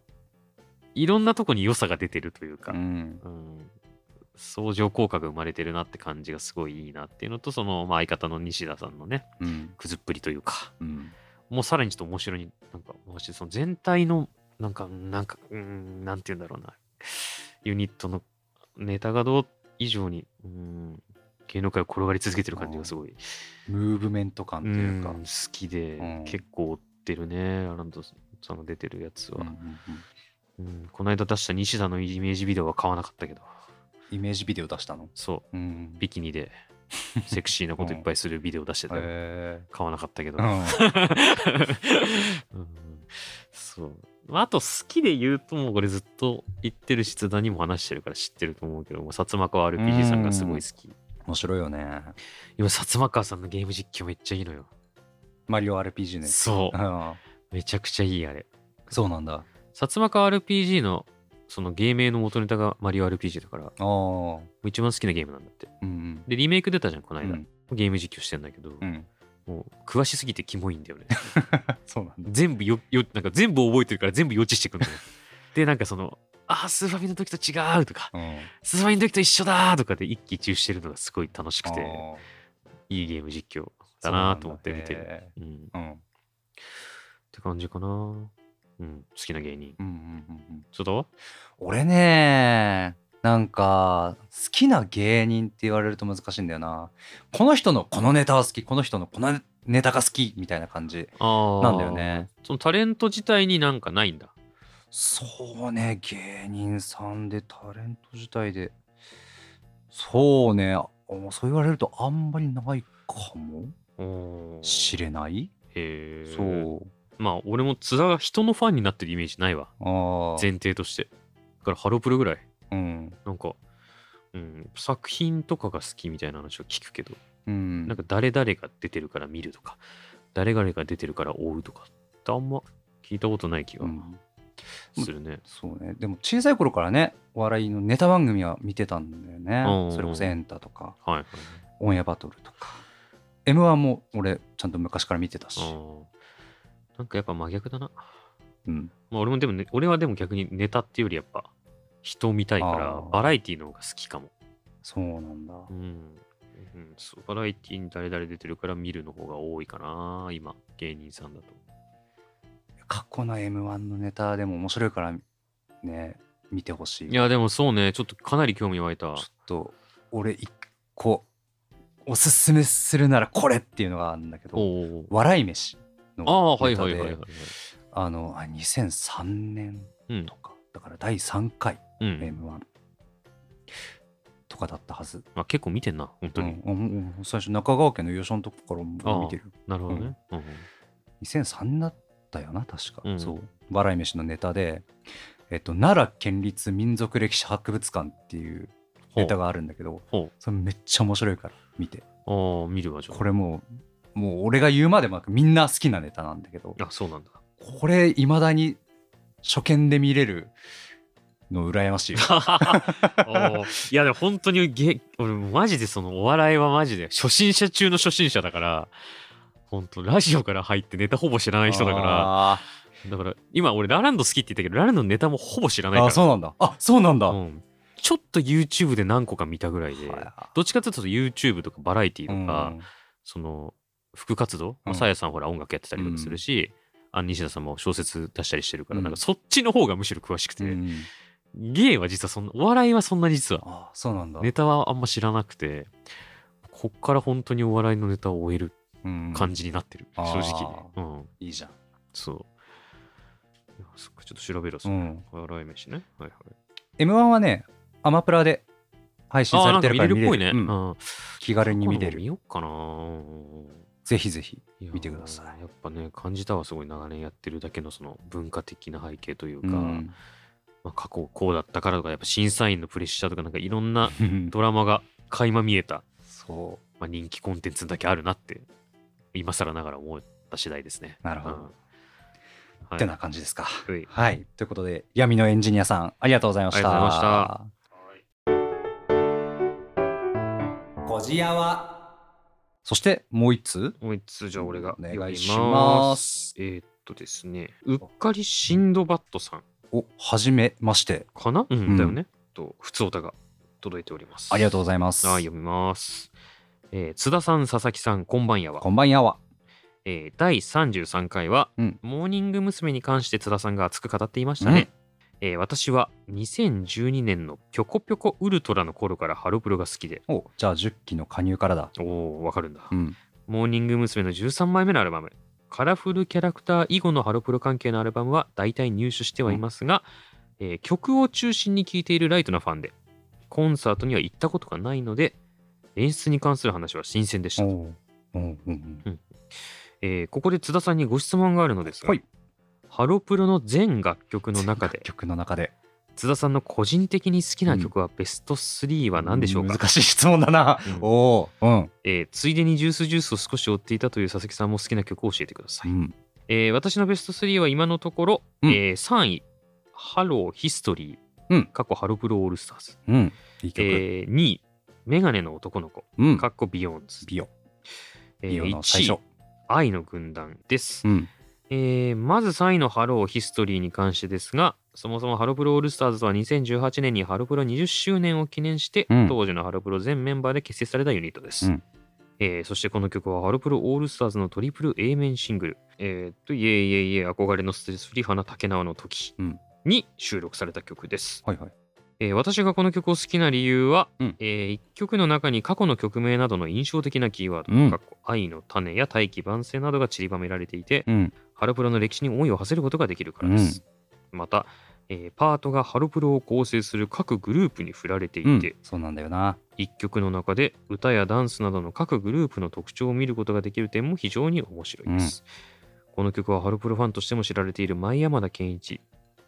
いろんなとこに良さが出てるというか、ううんん相乗効果が生まれてるなって感じがすごいいいなっていうのとその、まあ、相方の西田さんのねうんくずっぷりというかうんもうさらにちょっと面白いになんか回してその全体のなんかなんかうーんなんて言うんだろうなユニットのネタがどう以上にうーん芸能界を転がり続けてる感じがすごいムーブメント感とういんうか好きで、うん結構追ってるねラランドさんが出てるやつうんうは、んうんうんこの間出した西田のイメージビデオは買わなかったけどイメージビデオ出したのそううんビキニでセクシーなこといっぱいするビデオ出してたよ、 [LAUGHS] へえ買わなかったけど、ううんそう。まあ、あと好きで言うともうこれずっと言ってるし津田にも話してるから知ってると思うけどもう薩摩川 RPG さんがすごい好きん面白いよね今薩摩川さんのゲーム実況めっちゃいいのよマリオ RPG ねそううんめちゃくちゃいいあれそうなんだ薩摩川 RPG のその芸名の元ネタがマリオ RPG だからもああうんう一番好きなゲームなんだってうんでリメイク出たじゃんこのう間、んゲーム実況してんだけど、うん [LAUGHS] もう詳しすぎてキモいんだよねそうなんだ全部よよなんか全部覚えてるから全部予知してくんのよでなんかそのあースーファミの時と違うとかうんスーファミの時と一緒だとかで一喜一憂してるのがすごい楽しくあてーいいゲーム実況だなと思って見てそうるなんだへうん、っーうんて感じかなうん好きな芸人うんうんうんうんちょっと俺ねなんか好きな芸人って言われると難しいんだよなこの人のこのネタは好きこの人のこのネタが好きみたいな感じああなんだよねそのタレント自体になんかないんだそうね芸人さんでタレント自体でそうねあそう言われるとあんまりないかもおしれないへえそうまあ俺も津田が人のファンになってるイメージないわああ前提としてだからハロプロぐらいうんなんか、うん、作品とかが好きみたいな話を聞くけど、うんなんか誰々が出てるから見るとか、誰々が出てるから追うとかってあんま聞いたことない気がうんするね。そうねでも小さい頃からねお笑いのネタ番組は見てたんだようんうんねそれこそエンタとかはいはい。オンエアバトルとか M1 も俺ちゃんと昔から見てたしあ、ーなんかやっぱ真逆だな。うん、まあ、俺もでもね、俺はでも逆にネタっていうよりやっぱ人見たいからあ、ーバラエティの方が好きかも。そうなんだうん。うん、そうバラエティに誰々出てるから見るの方が多いかな、今、芸人さんだと。過去の M1 のネタでも面白いからね見てほしいいや、でもそうね、ちょっとかなり興味湧いたちょ。っと俺一個おすすめするならこれっていうのがあるんだけどおー「笑い飯の」ああ、はいはいはいネはいタで。あのあ2003年うんと。か、だから第3回うん M1 とかだったはず、まあ、結構見てんな、本当に。うんうんうん最初中川家の吉野のとこからあー見てるなるほどね。うんうん2003だったよな確か、うんそう笑い飯のネタで、えっと、奈良県立民族歴史博物館っていうネタがあるんだけどほそれめっちゃ面白いから見てう。ああ、見るわ、じゃあこれもうもう俺が言うまでもなくみんな好きなネタなんだけどあ、そうなんだ。 [LAUGHS] これいまだに初見で見れるの羨ましい [LAUGHS] よおーいや、でも本当にげ、俺、マジでそのお笑いはマジで、初心者中の初心者だから、本当ラジオから入ってネタほぼ知らない人だかあら、だから、今俺、ラランド好きって言ったけど、ラランドのネタもほぼ知らないーかあら。ーそうなんだあそうなんだ、うんちょっと YouTube で何個か見たぐらいで、はどっちかというと YouTube とかバラエティといか、その副活動、まあうんさやさんほら音楽やってたりとかするし、あ西田さんも小説出したりしてるから、うんなんかそっちの方がむしろ詳しくて、うんうん芸は実はそんなお笑いはそんなに実はあーそうなんだ、ネタはあんま知らなくてこっから本当にお笑いのネタを終えるうん感じになってる、うん正直、うん、いいじゃんそういやそっかちょっと調べろそうんお笑い飯ねはいはい M1 はね、アマプラで配信あさーなれんてかる見かれらるっぽ見れるいね、うんうん気軽に見れ見る。よっかなうんぜひぜひ。いや見てくださいやっぱね感じたはすごい長年やってるだけのその文化的な背景というか、うんまあ、過去こうだったからとかやっぱ審査員のプレッシャーとかなんかいろんなうん [LAUGHS] ドラマが垣間見えた、そまあ、人気コンテンツだけあるなって今更ながら思った次第ですね。なるほどうんう。はい、ってな感じですか。はいはい。ということで、闇のエンジニアさん、ありがとうございました。ありがとうございまいました。こじやは。そして、もう一通。もう一通じゃあ俺がお願読みまいす。しますえーっとですね、うっかりシンドバッドさんお、はじめまして。かな、うんうんだよね。と、普通おたが届いております。ありがとうございざいます。はい、読みます。えー津田さん、佐々木さん、こんばんやはこ。んばんやは。えー第33回は、うんモーニング娘。に関して津田さんが熱く語っていましたね、えー私は2012年のピョコピョコウルトラの頃からハロプロが好きでお、じゃあ10期の加入からだ。おおわかるんだ、うん。モーニング娘。の13枚目のアルバムカラフルキャラクター以後のハロプロ関係のアルバムは大体入手してはいますが、えー曲を中心に聴いているライトなファンでコンサートには行ったことがないので演出に関する話は新鮮でしおた。ううんうんうんえーここで津田さんにご質問があるのですが、はいハロプロの全楽曲の中 [LAUGHS] で曲の中で津田さんの個人的に好きな曲はベスト3は何でしょうか、難しい質問だな、うんお [LAUGHS] おうんえーついでにジュースジュースを少し追っていたという佐々木さんも好きな曲を教えてくださうい、んえー私のベスト3は今のところ、うんえー3位「ハローヒストリー」うん過去ハロプロオールスターズ、うんいい曲、えー2位「メガネの男の子」うんかっこビヨーンズ、ビオえビオー、の最1位初「愛の軍団」ですうんえーまず3位のハローヒストリーに関してですが、そもそもハロプロオールスターズとは2018年にハロプロ20周年を記念して、うん当時のハロプロ全メンバーで結成されたユニットです。うんえーそしてこの曲はハロプロオールスターズのトリプル A 面シングル、えー、と、イエイイエイイエイ憧れのステスフリ花竹縄の時うんに収録された曲です。はいはいえー私がこの曲を好きな理由は、うんえ1曲の中に過去の曲名などの印象的なキーワード、うんかっこ愛の種や大器晩成などが散りばめられていて、うんハロプロの歴史に思いを馳せることができるからです。また、えーパートがハロプロを構成する各グループに振られてういんて、そうなんだよな一曲の中で歌やダンスなどの各グループの特徴を見ることができる点も非常に面白いです。この曲はハロプロファンとしても知られている前山田健一、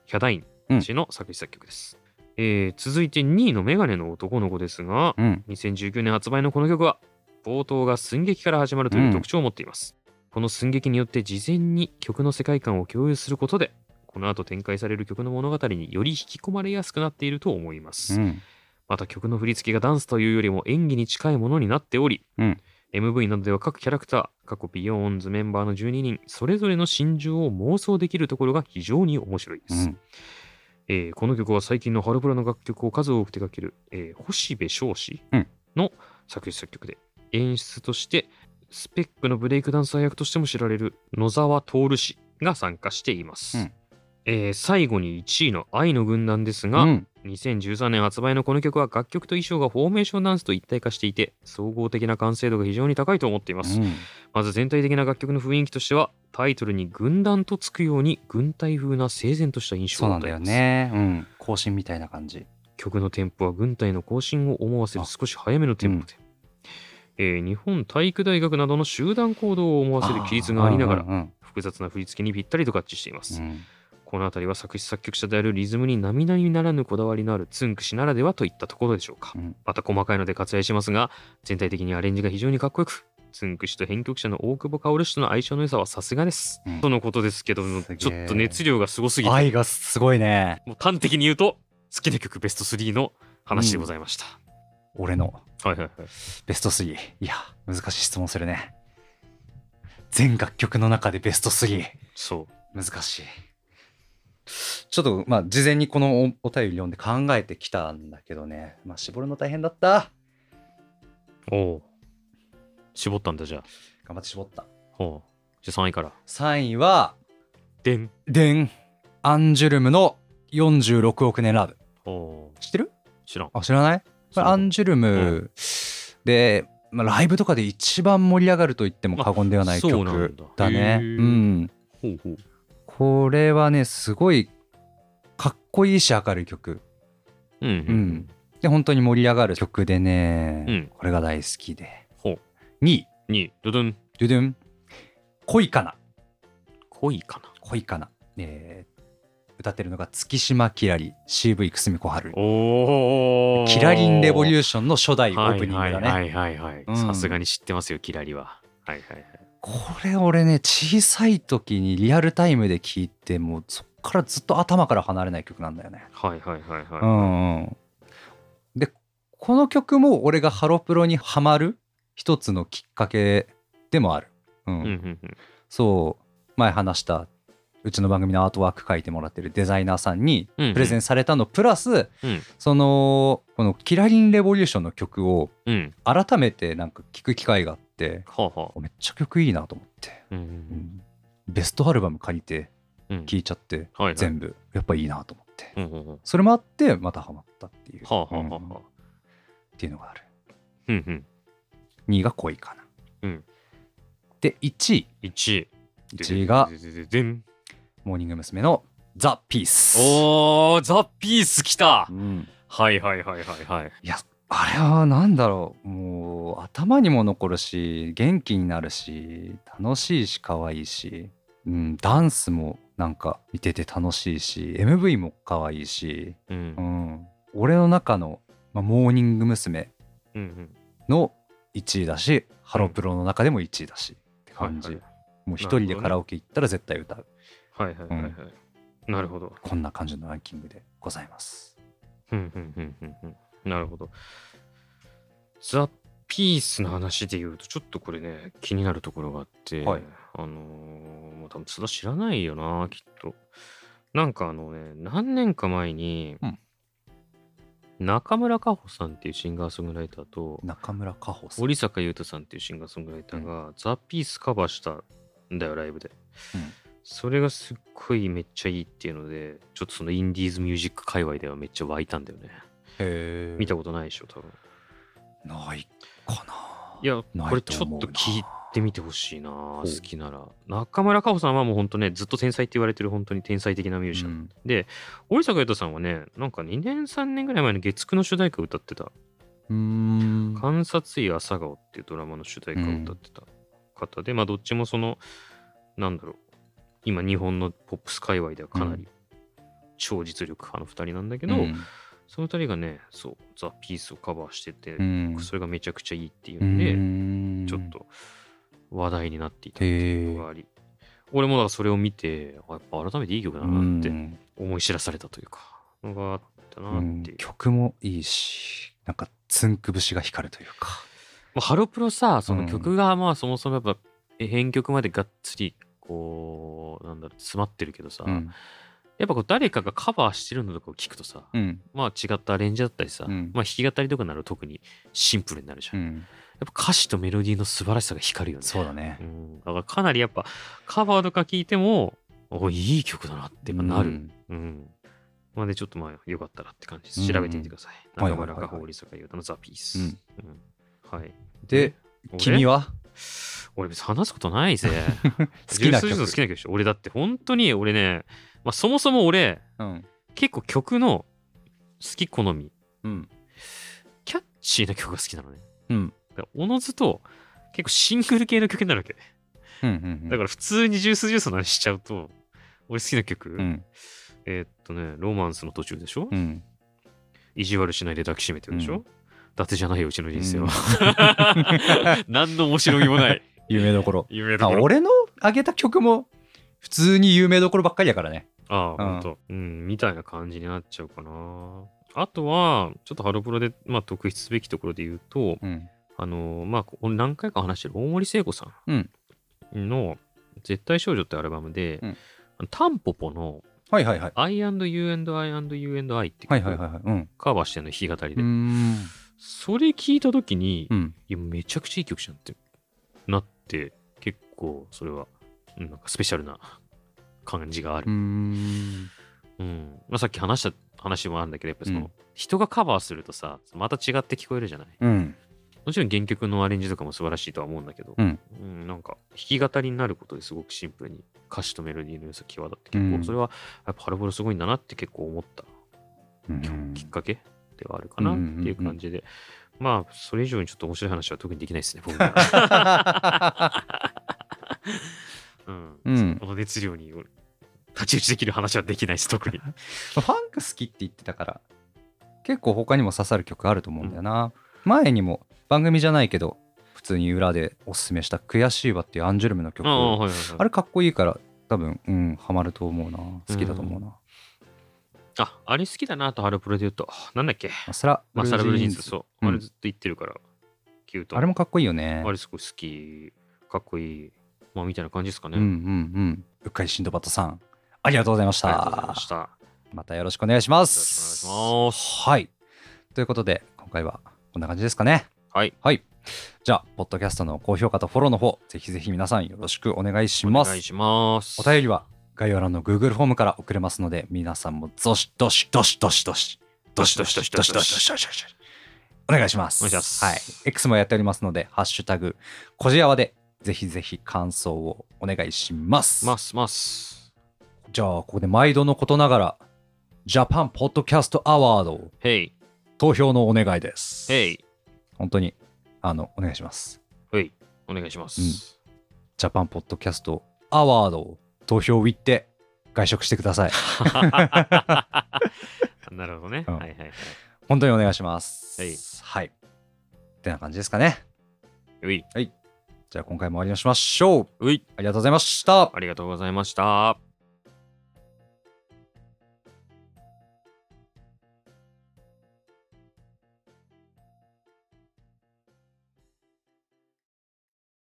ヒャダイン氏の作詞作曲です。えー続いて2位のメガネの男の子ですが、うん2019年発売のこの曲は冒頭が寸劇から始まるという特徴を持っています、この寸劇によって事前に曲の世界観を共有することでこの後展開される曲の物語により引き込まれやすくなっていると思います、うんまた曲の振り付けがダンスというよりも演技に近いものになっており、うん MV などでは各キャラクター過去ビヨーンズメンバーの12人それぞれの心情を妄想できるところが非常に面白いでうす、んえーこの曲は最近のハロプロの楽曲を数多く手掛ける、えー星部彰子うんの作詞作曲で、演出としてスペックのブレイクダンサー役としても知られる野沢徹氏が参加しています、うんえー最後に1位の「愛の軍団」ですが、うん2013年発売のこの曲は楽曲と衣装がフォーメーションダンスと一体化していて総合的な完成度が非常に高いと思っています、まず全体的な楽曲の雰囲気としてはタイトルに「軍団」とつくように軍隊風な整然とした印象そうをなん与だえよますねうん更新みたいな感じ曲のテンポは軍隊の行進を思わせるあ少し早めのテンポで、えー日本体育大学などの集団行動を思わせる規律がありながらうんうん複雑な振り付けにぴったりと合致しています、うんこの辺りは作詞作曲者であるリズムに並々ならぬこだわりのあるツンク氏ならではといったところでしょうか、うんまた細かいので割愛しますが全体的にアレンジが非常にかっこよくツンク氏と編曲者の大久保薫氏との相性の良さはさすがです、うんとのことですけどもすげえちょっと熱量がすごすぎて愛がすごいねもう端的に言うと好きな曲ベスト3の話でございました、俺のはいはいはいベスト3いや難しい質問するね全楽曲の中でベスト3そう難しいちょっとまあ事前にこのおお便り読んで考えてきたんだけどねまあ絞るの大変だったおお絞ったんだじゃあ頑張って絞ったほうじゃあ3位から3位はでんデン・アンジュルムの46億年ラブおう知ってる知らんあ知らないこそうれアンジュルム、うんで、まあ、ライブとかで一番盛り上がると言っても過言ではないあそうなん曲だだねへーうんほうほうこれはねすごいかっこいいし明るい曲うんうん、うんで本当に盛り上がる曲でね、うんこれが大好きでほう2位2位ドドンドゥドゥン恋かな恋かな恋かな、えー歌ってるのが月島きらり CV 久住小春おキラリンレボリューーションの初代オープニングだね、はいはいはいはい、うんさすがに知ってますよキラリははいはいはいこれ俺ね小さい時にリアルタイムで聴いてもうそっからずっと頭から離れない曲なんだよねはいはいはいはい、うんうん、でこの曲も俺がハロプロにハマる一つのきっかけでもある、うんうんうんうんそう前話したうちの番組のアートワーク書いてもらってるデザイナーさんにうんうんプレゼンされたのプラス、うんそのこの「キラリン・レボリューション」の曲をうん改めてなんか聞く機会があってはあはあめっちゃ曲いいなと思って、うんううんんベストアルバム借りてうんうん聴いちゃってはいはい全部やっぱいいなと思ってうんうんうんはそれもあってまたハマったっていう、あはあはあうんはあっていうのがあるうんうん2位が恋かな、うんで1位1位1位がでででででんモーニング娘。の「ザ・ピース」おーザ・ピース来たうんはいはいはいはいはいいやあれは何だろうもう頭にも残るし元気になるし楽しいし可愛いし、うん、ダンスもなんか見てて楽しいし MV も可愛いし、う。うんん、俺の中の、まあ、モーニング娘。うんうん。の1位だし、ハロプロの中でも1位だしって感じ、はいもう一人でカラオケ行ったら絶対歌う、はいはいはいはいはい。なるほど。こんな感じのランキングでございますうんうんうんうんうん。なるほど。ザ・ピースの話で言うと、ちょっとこれね、気になるところがあって、はいあのーもう多分津田知らないよな、きっと。なんかあのね、何年か前に、うん中村佳穂さんっていうシンガーソングライターと、中村佳穂さん織坂優太さんっていうシンガーソングライターが、ザ・ピースカバーしたんだよ、ライブで。うんそれがすっごいめっちゃいいっていうので、ちょっとそのインディーズミュージック界隈ではめっちゃ湧いたんだよね。へー見たことないでしょ、多分。ないかないや、ないこれとちょ思うなっと聞いてみてほしいな、う好きなら。中村佳穂さんはもう本当ね、ずっと天才って言われてる本当に天才的なミュージシャン。うんで、織坂優太さんはね、なんか2年、3年ぐらい前の月9の主題歌を歌ってた、うーん観察医朝顔っていうドラマの主題歌を歌ってた方で、まあどっちもその、なんだろう、今日本のポップス界隈ではかなり超実力派の2人なんだけど、うんその2人がね、そう、ザ・ピースをカバーしてて、うんそれがめちゃくちゃいいっていううんで、んちょっと話題になっていたっていうのがへあり、俺もだからそれを見て、あやっぱ改めていい曲だなっえて思い知らされたというか、のがあったなっていう。曲もいいしなんかつんくぶしが光るというかまあ、ハロプロさ、そうのん曲がまあそもそもやっぱえ編曲までがっつりこう、なんだろう、詰まってるけどさ、うんやっぱこう誰かがカバーしてるのとかを聞くとさ、うんまあ違ったアレンジだったりさ、うんまあ弾き語りとかになると特にシンプルになるじゃん。うやんっぱ歌詞とメロディーの素晴らしさが光るよね。そうだねうん、だからかなりやっぱカバーとか聞いてもおいい曲だなってやっぱなうる、んうんまあでちょっとまあよかったらって感じでうんす調べてみてください、はい中はいはい村はいか堀坂優太のザ・ピース、うんうんはいで俺君は俺別に話すことないぜ [LAUGHS] 好きなジュースジュースの好き曲な曲でしょ俺だって本当に俺ね、まあ、そもそも俺うん結構曲の好き好みうんキャッチーな曲が好きなのねうんだからおのずと結構シングル系の曲になるわけうんうんだから普通にジュースジュースの話しちゃうと、俺好きな曲、うんえーっとね、ロマンスの途中でしょ、うん意地悪しないで抱きしめてるでしょ、う伊達じゃないよ、うちの人生は。う [LAUGHS] ん何の面白みもない。有名どころ夢あだ俺のあげた曲も普通に有名どころばっかりだからねああ、うんほんと。うん、みたいな感じになっちゃうかな。あとは、ちょっとハロプロで、まあ、特筆すべきところで言うと、うんあのーまあ、ここ何回か話してる大森聖子さうんんの「絶対少女」ってアルバムで、うんあのタンポポのはいはいはい I&U&I&U&I って曲はいはいはいはいうんカバーしてんの弾き語りうで、ーんそれ聞いた時に、うんいやめちゃくちゃいい曲じゃんってなって結構それはうんなんかスペシャルな感じがあうーる、んうんまあ、さっき話した話もあるんだけどやっぱその、うん人がカバーするとさまた違って聞こえるじゃないうんもちろん原曲のアレンジとかも素晴らしいとは思うんだけど、うんなんか弾き語りになることですごくシンプルに歌詞とメロディーの良さ際立って結構、うんそれはやっぱハルボロすごいんだなって結構思ったうんきっかけではあるかなっていう感じで、まあそれ以上にちょっと面白い話は特にできないですね僕 [LAUGHS] は、 [LAUGHS] うんうんこの熱量に太刀打ちできる話はできないです特にファンク好きって言ってたから結構他にも刺さる曲あると思うんだよな、前にも番組じゃないけど普通に裏でおすすめした「悔しいわ」っていうアンジュルムの曲 [LAUGHS] ああはいはいはいあれかっこいいから多分うんハマると思うな好きだと思うな、ああれ好きだなとハルプロで言うとなんだっけマサラマサラブルージーンズそう、うんあれずっと言ってるからキュートあれもかっこいいよねあれすごい好きかっこいいまあみたいな感じですかね、うんうんうんうっかりシンドバッドさんありがとうございましたありがとうございましたまたよろしくお願いします。よろしくお願いします。はい。ということで、今回はこんな感じですかね。はい。はい。じゃあ、ポッドキャストの高評価とフォローの方、ぜひぜひ皆さんよろしくお願いしおます。お願いします便りは概要欄の Google フォームから送れますので、皆さんもどしどしどしどしどし、どしどしどしどしどしどしどしどしお願いします。お願いしますはい。X もやっておりますので、ハッシュタグ、こじやわで、ぜひぜひ感想をお願いします。ますますじゃあ、ここで毎度のことながら、ジャパンポッドキャストアワードをヘイ投票のお願いです。へい、本当に、あの、お願いします。ほい、お願いします。うんジャパンポッドキャストアワードを投票を行って外食してください。 [LAUGHS] なるほどね。うんはいはいはい。本当にお願いします。はい。はい。ってな感じですかね。うい、じゃあ今回も終わりにしましょう。うい、ありがとうございました。ありがとうございました。